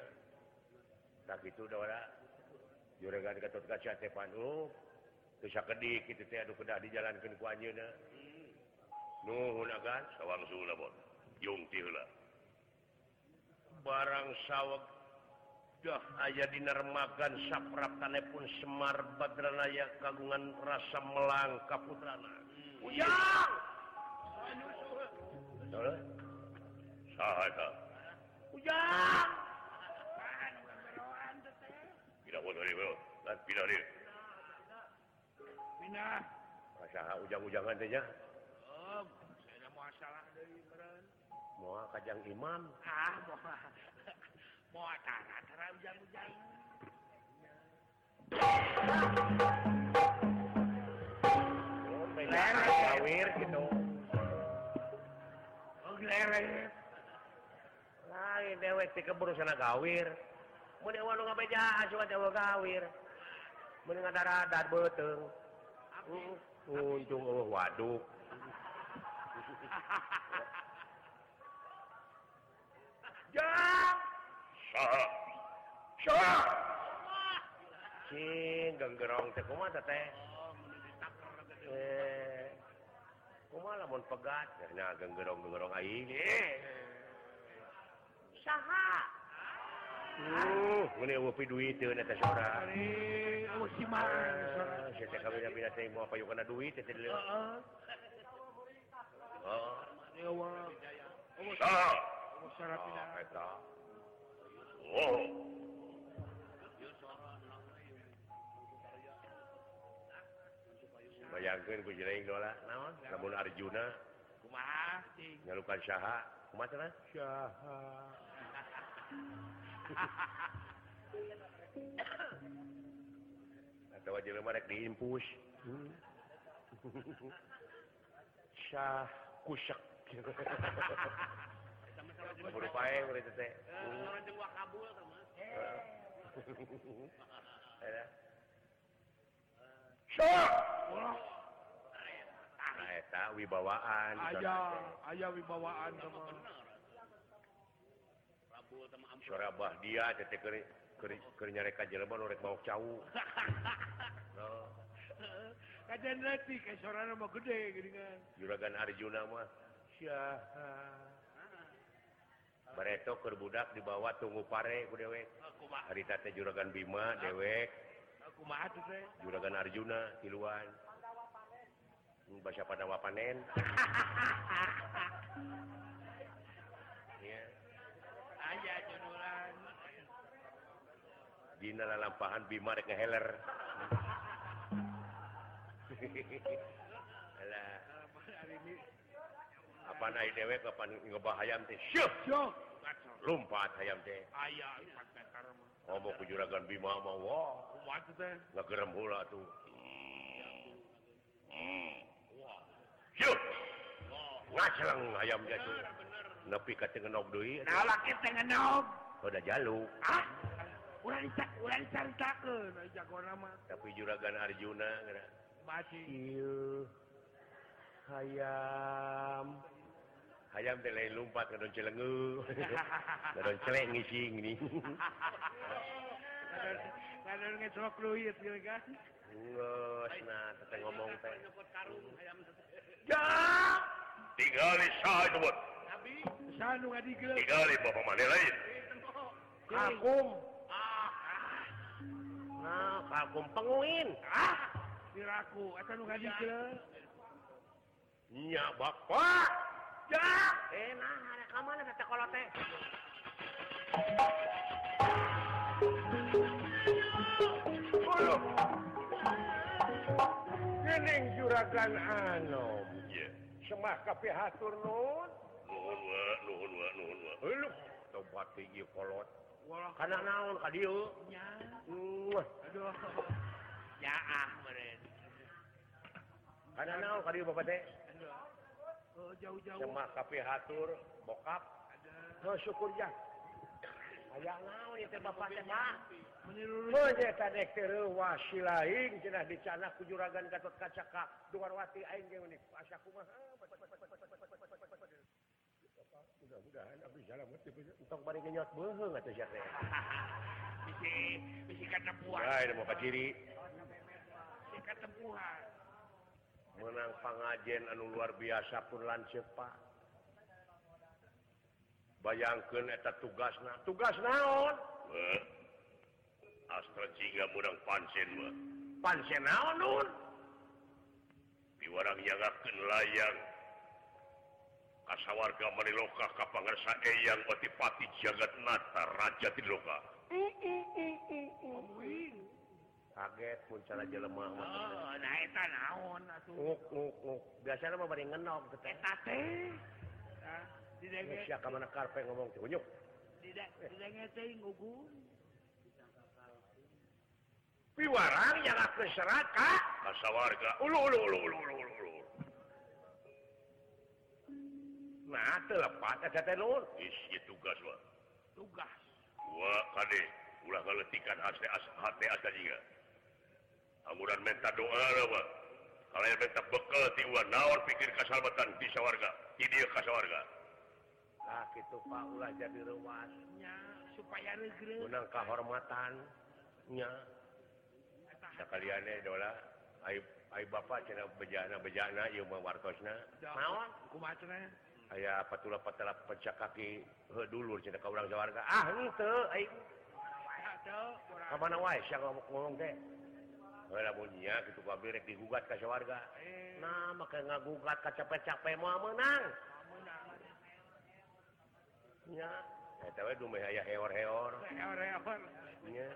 [SPEAKER 3] Tak itu dah ora. Juregan Gatot Kaca teh panu. Teu sakedik kitu teh anu kudah dijalankeun ku anjeunna. Nuhun agan.
[SPEAKER 1] sawang sula bon yung tihula
[SPEAKER 3] barang sawwak dah aya dinarmakan sapraptane pun Semar Badranaya kagungan rasa melang kaputrana
[SPEAKER 1] uyang
[SPEAKER 3] Betul, eh?
[SPEAKER 1] sahata
[SPEAKER 3] Ujang!
[SPEAKER 1] pina bon hari bro lan pina dia
[SPEAKER 2] Pindah.
[SPEAKER 3] Saha ujang-ujangan teh nya?
[SPEAKER 2] Om, saya mau salah dari meren.
[SPEAKER 3] Moal kajang imam
[SPEAKER 2] Ah, mau mau tanah terang ujang-ujang.
[SPEAKER 3] Mun bae
[SPEAKER 2] Lere.
[SPEAKER 3] kawir gitu
[SPEAKER 2] Oh, gelere.
[SPEAKER 3] lain dewek teh keburu sana gawir mun ewa nu ngabeja asup ewa gawir mun ngadaradat beuteung
[SPEAKER 2] Api.
[SPEAKER 3] untung eueuh waduk
[SPEAKER 2] Jang.
[SPEAKER 1] saha saha
[SPEAKER 3] cing genggerong teh kumaha teteh
[SPEAKER 2] Om, ditaker gitu.
[SPEAKER 3] Eh, kumaha lamun pegat nah genggerong-genggerong aing
[SPEAKER 2] Eh. Saha.
[SPEAKER 3] uh mene wopi duit teu neta sora
[SPEAKER 2] Hari oh, musiman.
[SPEAKER 3] Ah, saya teh kabeh bina teh mau payu kana duit e teh dulu
[SPEAKER 2] Heeh.
[SPEAKER 3] oh
[SPEAKER 2] Dewa.
[SPEAKER 1] saha
[SPEAKER 2] Oh, salah pindah.
[SPEAKER 3] oh, eta
[SPEAKER 1] oh
[SPEAKER 3] bayangkeun ku jering dola naon lamun Arjuna
[SPEAKER 2] Kumaha cing.
[SPEAKER 3] nyalukan saha kumaha cenah atawa jelema rek diimpus syah kusyek Buru pae urang teh.
[SPEAKER 2] Orang jeung wakabul teman.
[SPEAKER 3] Ada.
[SPEAKER 1] saha
[SPEAKER 3] Nah, eta wibawaan.
[SPEAKER 2] Aya, aya wibawaan teman.
[SPEAKER 3] Suara bah dia tete keri keri keri nyareka jelema nu rek bawa cau. No,
[SPEAKER 2] Kajian nanti kayak suara nama gede gini kan.
[SPEAKER 3] juragan Arjuna mah
[SPEAKER 2] Syaha.
[SPEAKER 3] bareto keur budak dibawa tunggu pare ku dewek. Harita teh juragan Bima dewek,
[SPEAKER 2] Aku mah tuh teh.
[SPEAKER 3] juragan Arjuna tiluan. Hmm, Bahasa Pandawa panen. Ya.
[SPEAKER 2] Aya judulan.
[SPEAKER 3] Dina lalampahan Bima rek ngeheler. Alah.
[SPEAKER 2] Hari ini di
[SPEAKER 3] apa naik dewek kapan ngebahayam teh syuh
[SPEAKER 2] Syok. Kacau.
[SPEAKER 3] lumpat hayam teh
[SPEAKER 2] Ayah, empat meter mah.
[SPEAKER 3] ngomong ke juragan bima mah wah
[SPEAKER 2] Kuat teh.
[SPEAKER 3] ngegerem heula tuh
[SPEAKER 2] Wah.
[SPEAKER 3] syuh
[SPEAKER 2] Wah.
[SPEAKER 3] ngacelang hayam dia tuh nepi ka teu ngenok deui
[SPEAKER 2] Nah, laki teh ngenog.
[SPEAKER 3] udah jalu
[SPEAKER 2] Ah? Urang cak, urang caritakeun aya jagona mah.
[SPEAKER 3] tapi juragan Arjuna ngera
[SPEAKER 2] Basi.
[SPEAKER 3] ieu hayam hayam teh lain lumpat ka don celengu ka don celek ngising ni
[SPEAKER 2] Kadang ngecok duit gitu kan.
[SPEAKER 3] Ngeus nah teh ngomong teh
[SPEAKER 2] Ya.
[SPEAKER 1] Tingali saha itu bot.
[SPEAKER 2] Saan nu ngadigel.
[SPEAKER 1] Tingali bapak mana lain.
[SPEAKER 3] kagum
[SPEAKER 2] Ah.
[SPEAKER 3] nah Ah, kagum penguin
[SPEAKER 2] Ah. Diraku, eta nu ngadigel.
[SPEAKER 3] nya bapak ya eh nah ada ka mana teh kolot teh Gening juragan anom
[SPEAKER 1] Iya.
[SPEAKER 3] semah kape hatur nun
[SPEAKER 1] Nuhun wa, nuhun wa, nuhun wa.
[SPEAKER 3] Eluh tobat tinggi kolot
[SPEAKER 2] Walah
[SPEAKER 3] kana naon ka dieu
[SPEAKER 2] nya.
[SPEAKER 3] Mwah.
[SPEAKER 2] Aduh. Ya ah meureun.
[SPEAKER 3] kana naon ka dieu bapak teh
[SPEAKER 2] Aduh. Oh, jauh-jauh.
[SPEAKER 3] semah kape hatur bokap
[SPEAKER 2] Ada.
[SPEAKER 3] Heuh, Oh, syukur jah aya naon ieu teh bapak teh mah
[SPEAKER 2] Menirurus.
[SPEAKER 3] Meunya kadek Oh, teh reuwa si lain cenah dicanah ku juragan Gatot Kaca ka Duwarwati aing jeung unik asa kumaha. Mudah-mudahan abdi salam teh entong bari ngenyot beuheung atuh sia teh.
[SPEAKER 2] Bisi, bisi katepuhan.
[SPEAKER 3] Hai, da mau kaciri.
[SPEAKER 2] Bisi katepuhan.
[SPEAKER 3] Menang pangajen anu luar biasa pun lanceuk Pak. Bayangkeun eta tugasna. Tugas naon?
[SPEAKER 1] Wa. Astra Jingga murang pansen wa.
[SPEAKER 3] Pansen naon nun?
[SPEAKER 1] Piwarang nyagakeun layang. Kasawarga Maniloka kapangarsa eyang bati pati jagat nata raja tiloka.
[SPEAKER 2] Oh, Omuin.
[SPEAKER 3] Kaget mun cara jelema mah.
[SPEAKER 2] Oh, nah eta naon atuh.
[SPEAKER 3] Nguk nguk nguk. Biasana mah bari ngenok teh.
[SPEAKER 2] Eta teh. Nah, didenge
[SPEAKER 3] Indonesia ka mana karpe ngomong teh unyuk.
[SPEAKER 2] dida- didenge teh ngugum.
[SPEAKER 3] Piwarang yang aku seraka.
[SPEAKER 1] Kasawarga ulu ulu ulu ulu ulu ulu. ulu.
[SPEAKER 3] Nah, telepat ada tenun.
[SPEAKER 1] Is ieu tugas wa.
[SPEAKER 2] Tugas.
[SPEAKER 1] Wa kade ulah ngaletikan hati as hati asa jiga. Anguran menta doa lah wa. Kalian menta bekal ti wa naon pikir kasalbatan di sawarga. Di dia kasawarga.
[SPEAKER 3] Nah, gitu Pak ulah jadi rewas.
[SPEAKER 2] Nya supaya regreg.
[SPEAKER 3] Menang kehormatan nya
[SPEAKER 2] Eta
[SPEAKER 3] sakaliane dola aib aib bapak cenah bejana-bejana ieu mah wartosna.
[SPEAKER 2] da-
[SPEAKER 3] Naon?
[SPEAKER 2] Kumaha teh?
[SPEAKER 3] Aya patula-patula pecah kaki heuh dulur cenah ka urang sawarga. Ah, henteu aing
[SPEAKER 2] Kumaha teh?
[SPEAKER 3] ka
[SPEAKER 2] Urang-
[SPEAKER 3] mana wae sia ngomong- ngomong teh. Heula mun nya kitu kabeh rek digugat ka sawarga.
[SPEAKER 2] Eh,
[SPEAKER 3] Nah, maka ngagugat kacape-cape mau menang.
[SPEAKER 2] meunang.
[SPEAKER 3] Nya, eta we dumeh aya heor-heor.
[SPEAKER 2] Heor-heor.
[SPEAKER 3] Nya,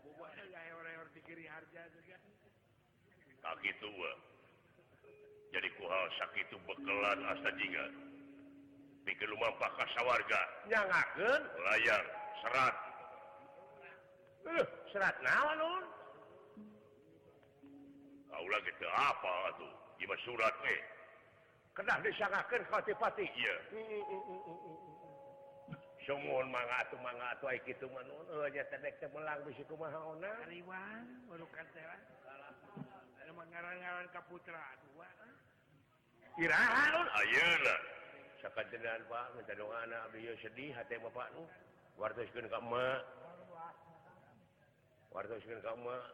[SPEAKER 2] Bobogoh ya heor-heor dikiri harja juga.
[SPEAKER 1] Kakitu wa. eh, Jadi kuhal sakitu bekelan asta jiga. Pikir lumampah kasawarga.
[SPEAKER 3] nyangakeun
[SPEAKER 1] Layang, serat,
[SPEAKER 3] eh, serat naon nun?
[SPEAKER 1] Kaula kita apa atuh? Ima surat eh.
[SPEAKER 3] Kedah disangakeun ka pati. Mm,
[SPEAKER 1] Iya.
[SPEAKER 3] Sumun mangatu mangatu ai kitu mah nun. Eh, nya tedek teh melang bisi kumaha ona.
[SPEAKER 2] Kariwan, urukan teh lah. Ada mah ngaran-ngaran kaputra dua.
[SPEAKER 3] Iraha nun?
[SPEAKER 1] Ayeuna.
[SPEAKER 3] Sakadenan Pak, minta doana abdi ieu sedih hate bapak nu. Wartoskeun ka emak. Wartoskeun ka emak.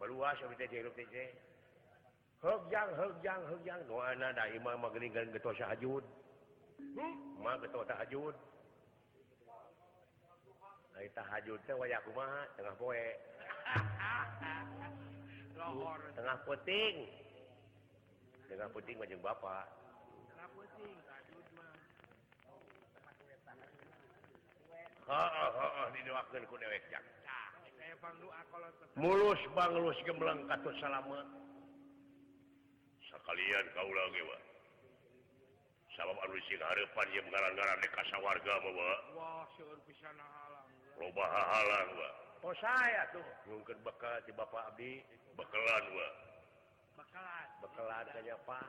[SPEAKER 3] Peluas abdi teh hirup teh teh. Heugjang heugjang heugjang doana da imam mah geuningan getos tahajud. Hmm, mah getos tahajud. Ai tahajud teh waya kumaha tengah poe,
[SPEAKER 2] Lohor,
[SPEAKER 3] tengah puting. Tengah puting mah jeung bapak.
[SPEAKER 2] kenapa sih? Kadut mah.
[SPEAKER 3] Heeh heeh didoakeun ku dewek jang.
[SPEAKER 2] Nah, saya bang doa kalau tetap.
[SPEAKER 3] mulus banglus gembleng katut salamet
[SPEAKER 1] Sakalian kaula ge wa. sabab anu sing harapan yang mengarang-arang di kasawarga mah wa
[SPEAKER 2] wah seueur pisan halang
[SPEAKER 1] loba halang wa
[SPEAKER 3] Oh saya tuh mungkin bekal di Bapak Abdi
[SPEAKER 1] bekelan wa
[SPEAKER 2] bakalan
[SPEAKER 3] bekalan saja Pak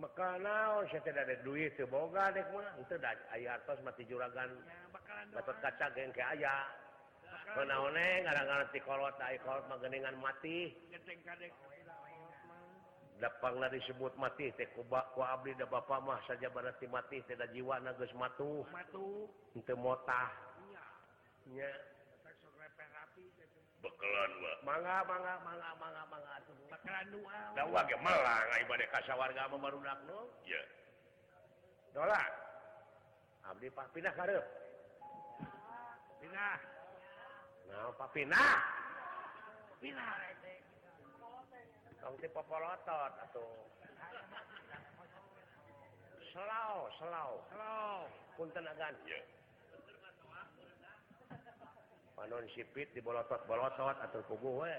[SPEAKER 3] bekal naon saya tidak ada duit tuh boga dek mah itu dah ayah atas mati juragan
[SPEAKER 2] ya bakalan
[SPEAKER 3] dapat
[SPEAKER 2] doang
[SPEAKER 3] kaca geng ke ayah
[SPEAKER 2] bakalan
[SPEAKER 3] Kenaone ngarang-ngarang ti kolot ai kolot mah geuningan mati
[SPEAKER 2] genteng kadek
[SPEAKER 3] dapangna disebut mati teh ku ba- ku abdi da bapa mah saja berarti mati teh da jiwa na geus matuh
[SPEAKER 2] matu
[SPEAKER 3] henteu motah
[SPEAKER 2] iya
[SPEAKER 3] nya
[SPEAKER 2] tak sok repeh rapi
[SPEAKER 1] bekelan wa
[SPEAKER 3] mangga mangga mangga mangga mangga atuh
[SPEAKER 2] bakalan dua
[SPEAKER 3] da wa ge melang ai bade ka sawarga mah barudak nu
[SPEAKER 1] ya
[SPEAKER 3] dolar abdi pak pindah kareup
[SPEAKER 2] pindah
[SPEAKER 3] nah pak pindah
[SPEAKER 2] pindah rete
[SPEAKER 3] kang teh popolotot atuh selau selau
[SPEAKER 2] halo
[SPEAKER 3] punten agan
[SPEAKER 1] ya
[SPEAKER 3] panon sipit dibolotot-bolotot atau kubu we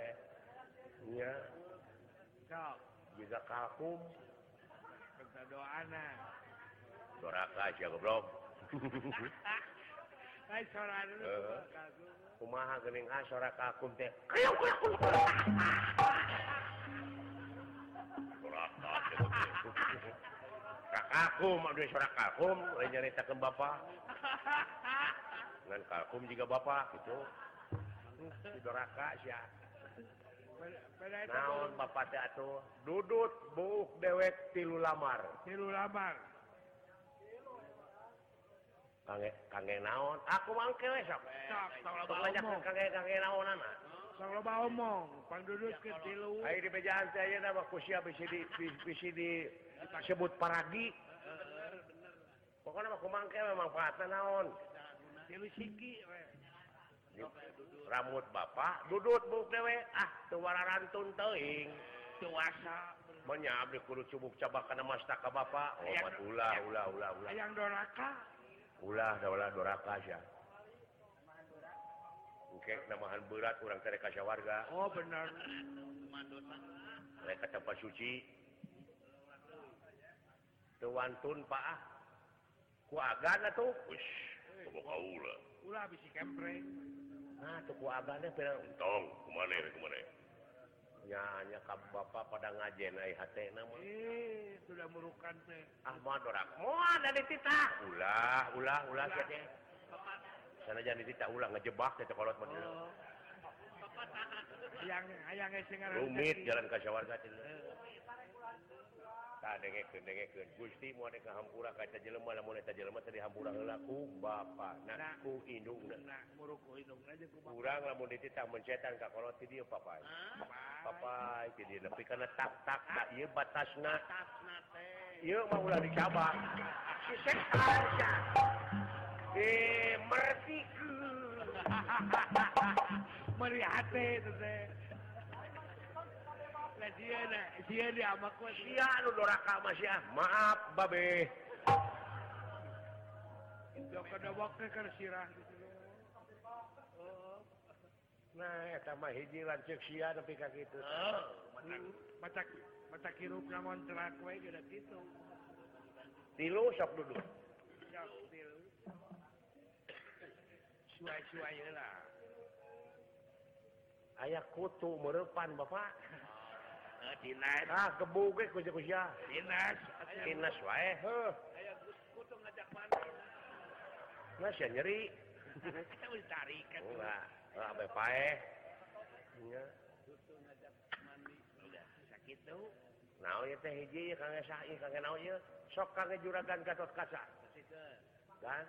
[SPEAKER 3] nya
[SPEAKER 2] sok
[SPEAKER 3] juga kalkum
[SPEAKER 2] kita doana
[SPEAKER 3] doraka aja goblok
[SPEAKER 2] hai soran lu
[SPEAKER 3] Eh.
[SPEAKER 2] bakal gua.
[SPEAKER 3] kumaha geuning ah sora kalkum teh
[SPEAKER 1] neraka jeung teh.
[SPEAKER 3] kakakum abdi sora kalkum we nyaritakeun bapa ngan kalkum juga bapa gitu si doraka sia
[SPEAKER 2] Pada- pada itu
[SPEAKER 3] naon bapa teh atuh dudut buuk dewek tilu lamar
[SPEAKER 2] tilu lamar
[SPEAKER 3] kange kange naon aku mangke we sok
[SPEAKER 2] Sok, sok loba
[SPEAKER 3] sok Eh, banyak
[SPEAKER 2] omong.
[SPEAKER 3] kange kange ah. naonana
[SPEAKER 2] sok loba omong pangdudut ke tilu
[SPEAKER 3] Ayo di bejaan teh ayeuna mah kusia bisa di bi- bisa di disebut paragi. Pokoknya mah kumang ke memang pahatna naon.
[SPEAKER 2] tilu siki we.
[SPEAKER 3] Rambut bapak dudut buk dewe ah teu wararantun teuing.
[SPEAKER 2] tuasa
[SPEAKER 3] Mun nya abdi kudu cubuk cabak kana mastaka bapak. Oh
[SPEAKER 2] Aya-
[SPEAKER 3] mat ulah ulah ulah ulah.
[SPEAKER 2] yang doraka
[SPEAKER 3] Ulah da ulah doraka sia. Engke namahan berat urang teh ka warga,
[SPEAKER 2] oh bener
[SPEAKER 3] rek ka tempat suci. Teu wantun Pak ah. Ku agan atuh.
[SPEAKER 1] Wis, loba kaula
[SPEAKER 2] ulah bisi kempre
[SPEAKER 3] Nah, tuku abahnya pirang
[SPEAKER 1] tong kumane kumane
[SPEAKER 3] nyanya ka bapak pada ngajen ai hatena mah. Ah,
[SPEAKER 2] eh sudah merukan teh
[SPEAKER 3] Ahmad dorak. Moal da ditita. Ulah, ulah, ulah
[SPEAKER 2] Ulah.
[SPEAKER 3] sia Sana jadi ditita ulah ngejebak teh kolot mah. dia.
[SPEAKER 2] oh yang yang sing ngaran
[SPEAKER 3] Rumit
[SPEAKER 2] tadi.
[SPEAKER 3] jalan ka sawarga teh. Tah dengekeun dengekeun Gusti moal ka hampura ka eta jelema lamun eta jelema teh dihampura heula ku bapa na
[SPEAKER 2] Nah.
[SPEAKER 3] ku indungna.
[SPEAKER 2] nah muruk ku hidung aja ku bak-
[SPEAKER 3] Kurang lamun ditita mencetan ka kolot ti dieu papai.
[SPEAKER 2] Bye.
[SPEAKER 3] Papai ti dieu nepi kana tak tak da ieu batasna.
[SPEAKER 2] Tasna teh
[SPEAKER 3] Iya mau ulah dicabang. Si setan ya. Eh, mertiku.
[SPEAKER 2] Meri hati Ah, itu teh. Lah dia na, dia di ama ku sia.
[SPEAKER 3] Sia lu doraka mah sia. Maaf, babe.
[SPEAKER 2] Yo kada waktu keur sirah.
[SPEAKER 3] Nah, eta mah hiji lanceuk sia tapi ka kitu.
[SPEAKER 2] Mata mata kirup na kontrak we kada kitu.
[SPEAKER 3] Tilu sok duduk.
[SPEAKER 2] Sok til. Suai-suai ya heula.
[SPEAKER 3] Aya kutu meurepan Bapak.
[SPEAKER 2] Eh dinas,
[SPEAKER 3] Ah, gebu ge ku ku sia.
[SPEAKER 2] dinas.
[SPEAKER 3] Inas wae heuh. Nah, sia nyeri.
[SPEAKER 2] Kita wis tarik kan.
[SPEAKER 3] Ulah, ulah bae pae. eh. Iya.
[SPEAKER 2] Sakit tuh.
[SPEAKER 3] Nao ya teh hiji ya kang sah ieu kang nao ieu sok kang juragan Gatot Kaca. Kan?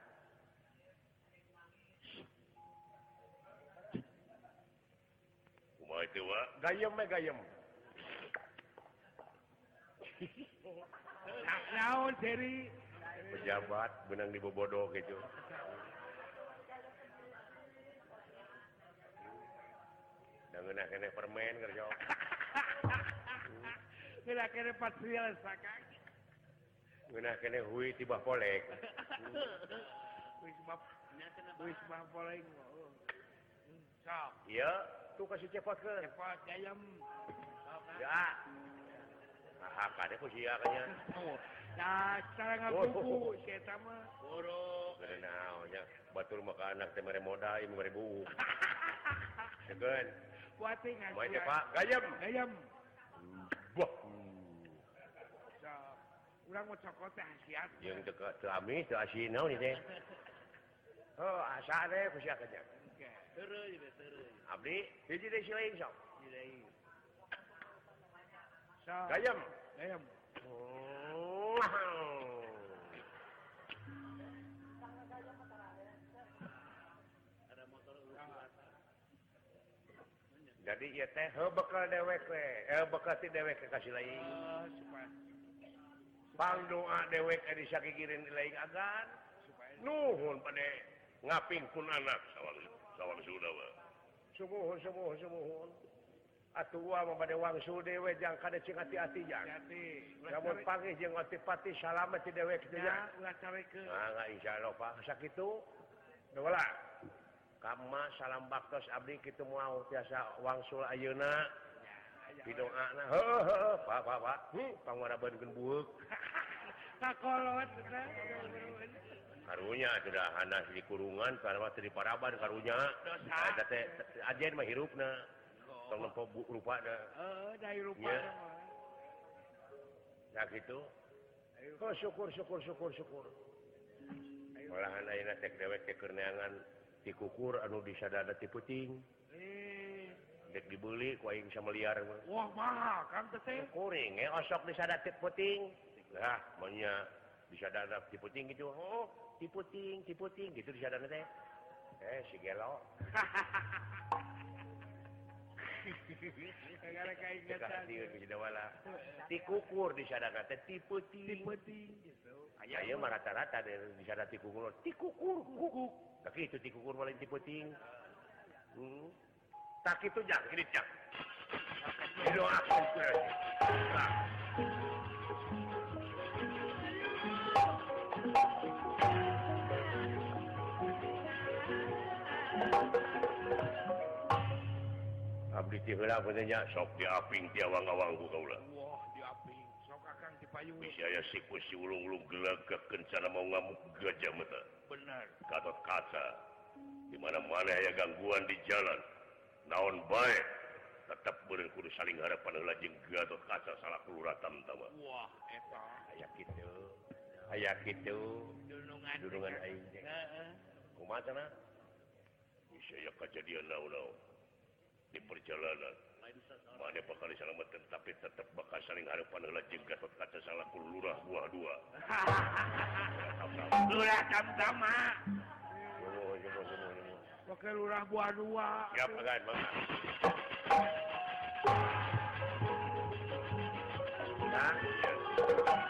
[SPEAKER 1] kumaha teh wa
[SPEAKER 3] Gayem me gayem.
[SPEAKER 2] Nah, naon seri?
[SPEAKER 3] Pejabat benang dibobodo gitu. Dangeunah kene permen kerja.
[SPEAKER 2] Kira kira patrial sakak.
[SPEAKER 3] Ngeunah kene hui tibah polek.
[SPEAKER 2] Wis map. Wis map paling. Sok.
[SPEAKER 3] Iya, tuh kasih cepot ke.
[SPEAKER 2] Cepat ayam.
[SPEAKER 3] Ya. Ah, kade ku sia kanya.
[SPEAKER 2] Oh, Nah, sekarang
[SPEAKER 3] Oh.
[SPEAKER 2] ngabuku, saya sama. Buruk.
[SPEAKER 3] naonnya batur maka anak teh mere modal ieu mere buuk. Seukeun.
[SPEAKER 2] Kuati ngasih.
[SPEAKER 3] Mae teh Pak, gayem.
[SPEAKER 2] Ayam.
[SPEAKER 3] Wah.
[SPEAKER 2] So, urang mau cokot teh hasiat.
[SPEAKER 3] Jeung teu ke- teu amis, teu asin naon ieu teh. Oh, asa deh kusia kenya.
[SPEAKER 2] Oke. Terus, terus.
[SPEAKER 3] Abdi, hiji teh sileing sok.
[SPEAKER 2] So,
[SPEAKER 3] Gayem.
[SPEAKER 2] ayam.
[SPEAKER 3] jadi ia teh heuh bekal dewek we eh bekal ti dewek ke kasih lain
[SPEAKER 2] Eh, supaya,
[SPEAKER 3] pang doa dewek di sakikirin lain agan
[SPEAKER 2] supaya.
[SPEAKER 3] nuhun pade ngaping kun anak
[SPEAKER 1] Sawang, sawang Sunda,
[SPEAKER 3] sumuhun sumuhun sumuhun atua mah pade wangsul dewe jang kada cing hati-hati jang
[SPEAKER 2] Hati.
[SPEAKER 3] namun panggih jeung otipati salamet ti dewek teh nya
[SPEAKER 2] Ya, ulah cawe ke.
[SPEAKER 3] Nah, insya Allah Pak sakitu Dewala. Kama salam baktos abdi kitu mau tiasa wangsul ayeuna pidoana. Heuh heuh Pak Pak Pak. Hmm, pangorabeunkeun bueuk.
[SPEAKER 2] Takolot. teh.
[SPEAKER 3] Karunya sudah hanas di kurungan karena teu diparaban karunya. Eta teh ajen mah hirupna.
[SPEAKER 2] Oh.
[SPEAKER 3] Tong lempo bu- rupana.
[SPEAKER 2] Eh, dari rupa.
[SPEAKER 3] Ya.
[SPEAKER 2] nama.
[SPEAKER 3] Sakitu. Oh syukur syukur syukur syukur. Malahan ayeuna tek dewek teh keur neangan ti kukur anu disadada ti puting.
[SPEAKER 2] Eh,
[SPEAKER 3] dek dibeli ku aing sameliar mah.
[SPEAKER 2] wah mahal kan teh, teh.
[SPEAKER 3] kuring eh osok bisa datik puting lah maunya bisa dadap di puting gitu oh di puting di puting gitu bisa dadap teh eh si gelo
[SPEAKER 2] Gara-gara
[SPEAKER 3] dekat
[SPEAKER 2] keingetan.
[SPEAKER 3] di gitu wala ti kukur bisa dadap teh ti puting
[SPEAKER 2] Penting gitu.
[SPEAKER 3] aya ieu mah rata-rata deh bisa dadap ti kukur ti kukur kukuk tapi itu ti kukur malah ti puting hmm. tak itu jak ini jak didoakan kuras. Nah. Abdi ti heula punya
[SPEAKER 1] sok diaping tiawang-awangku kaulah
[SPEAKER 2] Wah, diaping. Sok akang dipayung.
[SPEAKER 1] bisa ya siku si ulung-ulung gelagak kencana mau ngamuk gajah mata
[SPEAKER 2] Bener.
[SPEAKER 1] katot kaca di mana mana ya gangguan di jalan naon baik tetap beren kudu saling harapan heula jeung gatot kaca salah kelurah tamtama
[SPEAKER 2] Wah, eta.
[SPEAKER 3] aya kitu aya kitu
[SPEAKER 2] Dunungan.
[SPEAKER 3] Dunungan aing teh.
[SPEAKER 2] Heeh.
[SPEAKER 3] kumaha cenah
[SPEAKER 1] bisa ya kejadian naon-naon di perjalanan mana bakal diselamatkan tapi tetap bakal saling harapan heula jeung gatot kaca salah kelurah buah dua
[SPEAKER 2] Lurah Tamtama.
[SPEAKER 3] sumuh sumuh sumuh sumuh
[SPEAKER 2] Oke, lurah buah dua.
[SPEAKER 3] siap agan mangga Nah,
[SPEAKER 2] Ah.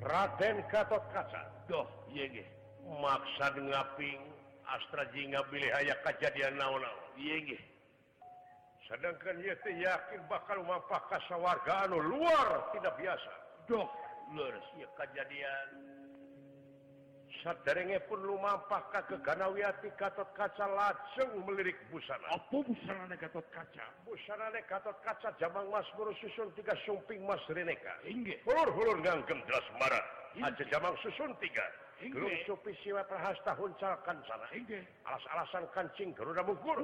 [SPEAKER 3] Raden Gatot Kaca. Duh, iya ge. Maksad ngaping astrajinga bilih aya kejadian naon-naon. Iya ge. Sedangkan ieu teh yakin bakal mampak kasawarga anu luar tidak biasa. Duh, leres ieu kejadian. Saderenge pun lumampah ka keganawiati Gatot Kaca lajeng melirik busana.
[SPEAKER 2] Apa busana Gatot Kaca?
[SPEAKER 3] Busana Gatot Kaca jamang mas buru susun tiga sumping mas reneka.
[SPEAKER 2] Inggih.
[SPEAKER 1] hulur-hulur nganggem deras marah
[SPEAKER 2] Inggih.
[SPEAKER 1] aja jamang susun tiga
[SPEAKER 2] Inggih.
[SPEAKER 3] Gerung supi siwa perhasta huncal kancana.
[SPEAKER 2] Inggih. Hmm.
[SPEAKER 3] Alas-alasan kancing geruda mungkur.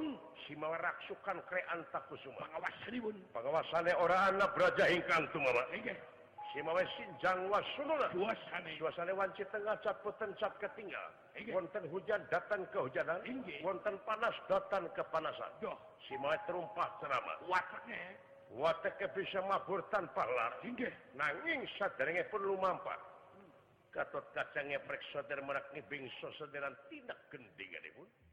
[SPEAKER 3] Simawa raksukan krean takusuma.
[SPEAKER 2] Pengawas Tribun.
[SPEAKER 3] Pengawasannya orang anak beraja hingkang tumama.
[SPEAKER 2] Inggih.
[SPEAKER 3] Simawa sinjang wasununa.
[SPEAKER 2] Suasana.
[SPEAKER 3] Suasana wanci tengah cat puten cat ketinggal.
[SPEAKER 2] Inggih.
[SPEAKER 3] Wonten hujan datang ke hujanan.
[SPEAKER 2] Inggih.
[SPEAKER 3] Wonten panas datang ke panasan.
[SPEAKER 2] Duh.
[SPEAKER 3] Simawa terumpah ceramah.
[SPEAKER 2] Wataknya.
[SPEAKER 3] Wateke bisa mabur tanpa lar.
[SPEAKER 2] Inggih.
[SPEAKER 3] nanging saderenge pun lumampah Gatot kaca ngeprek saudara merak ngibing sosoderan tidak gendingan pun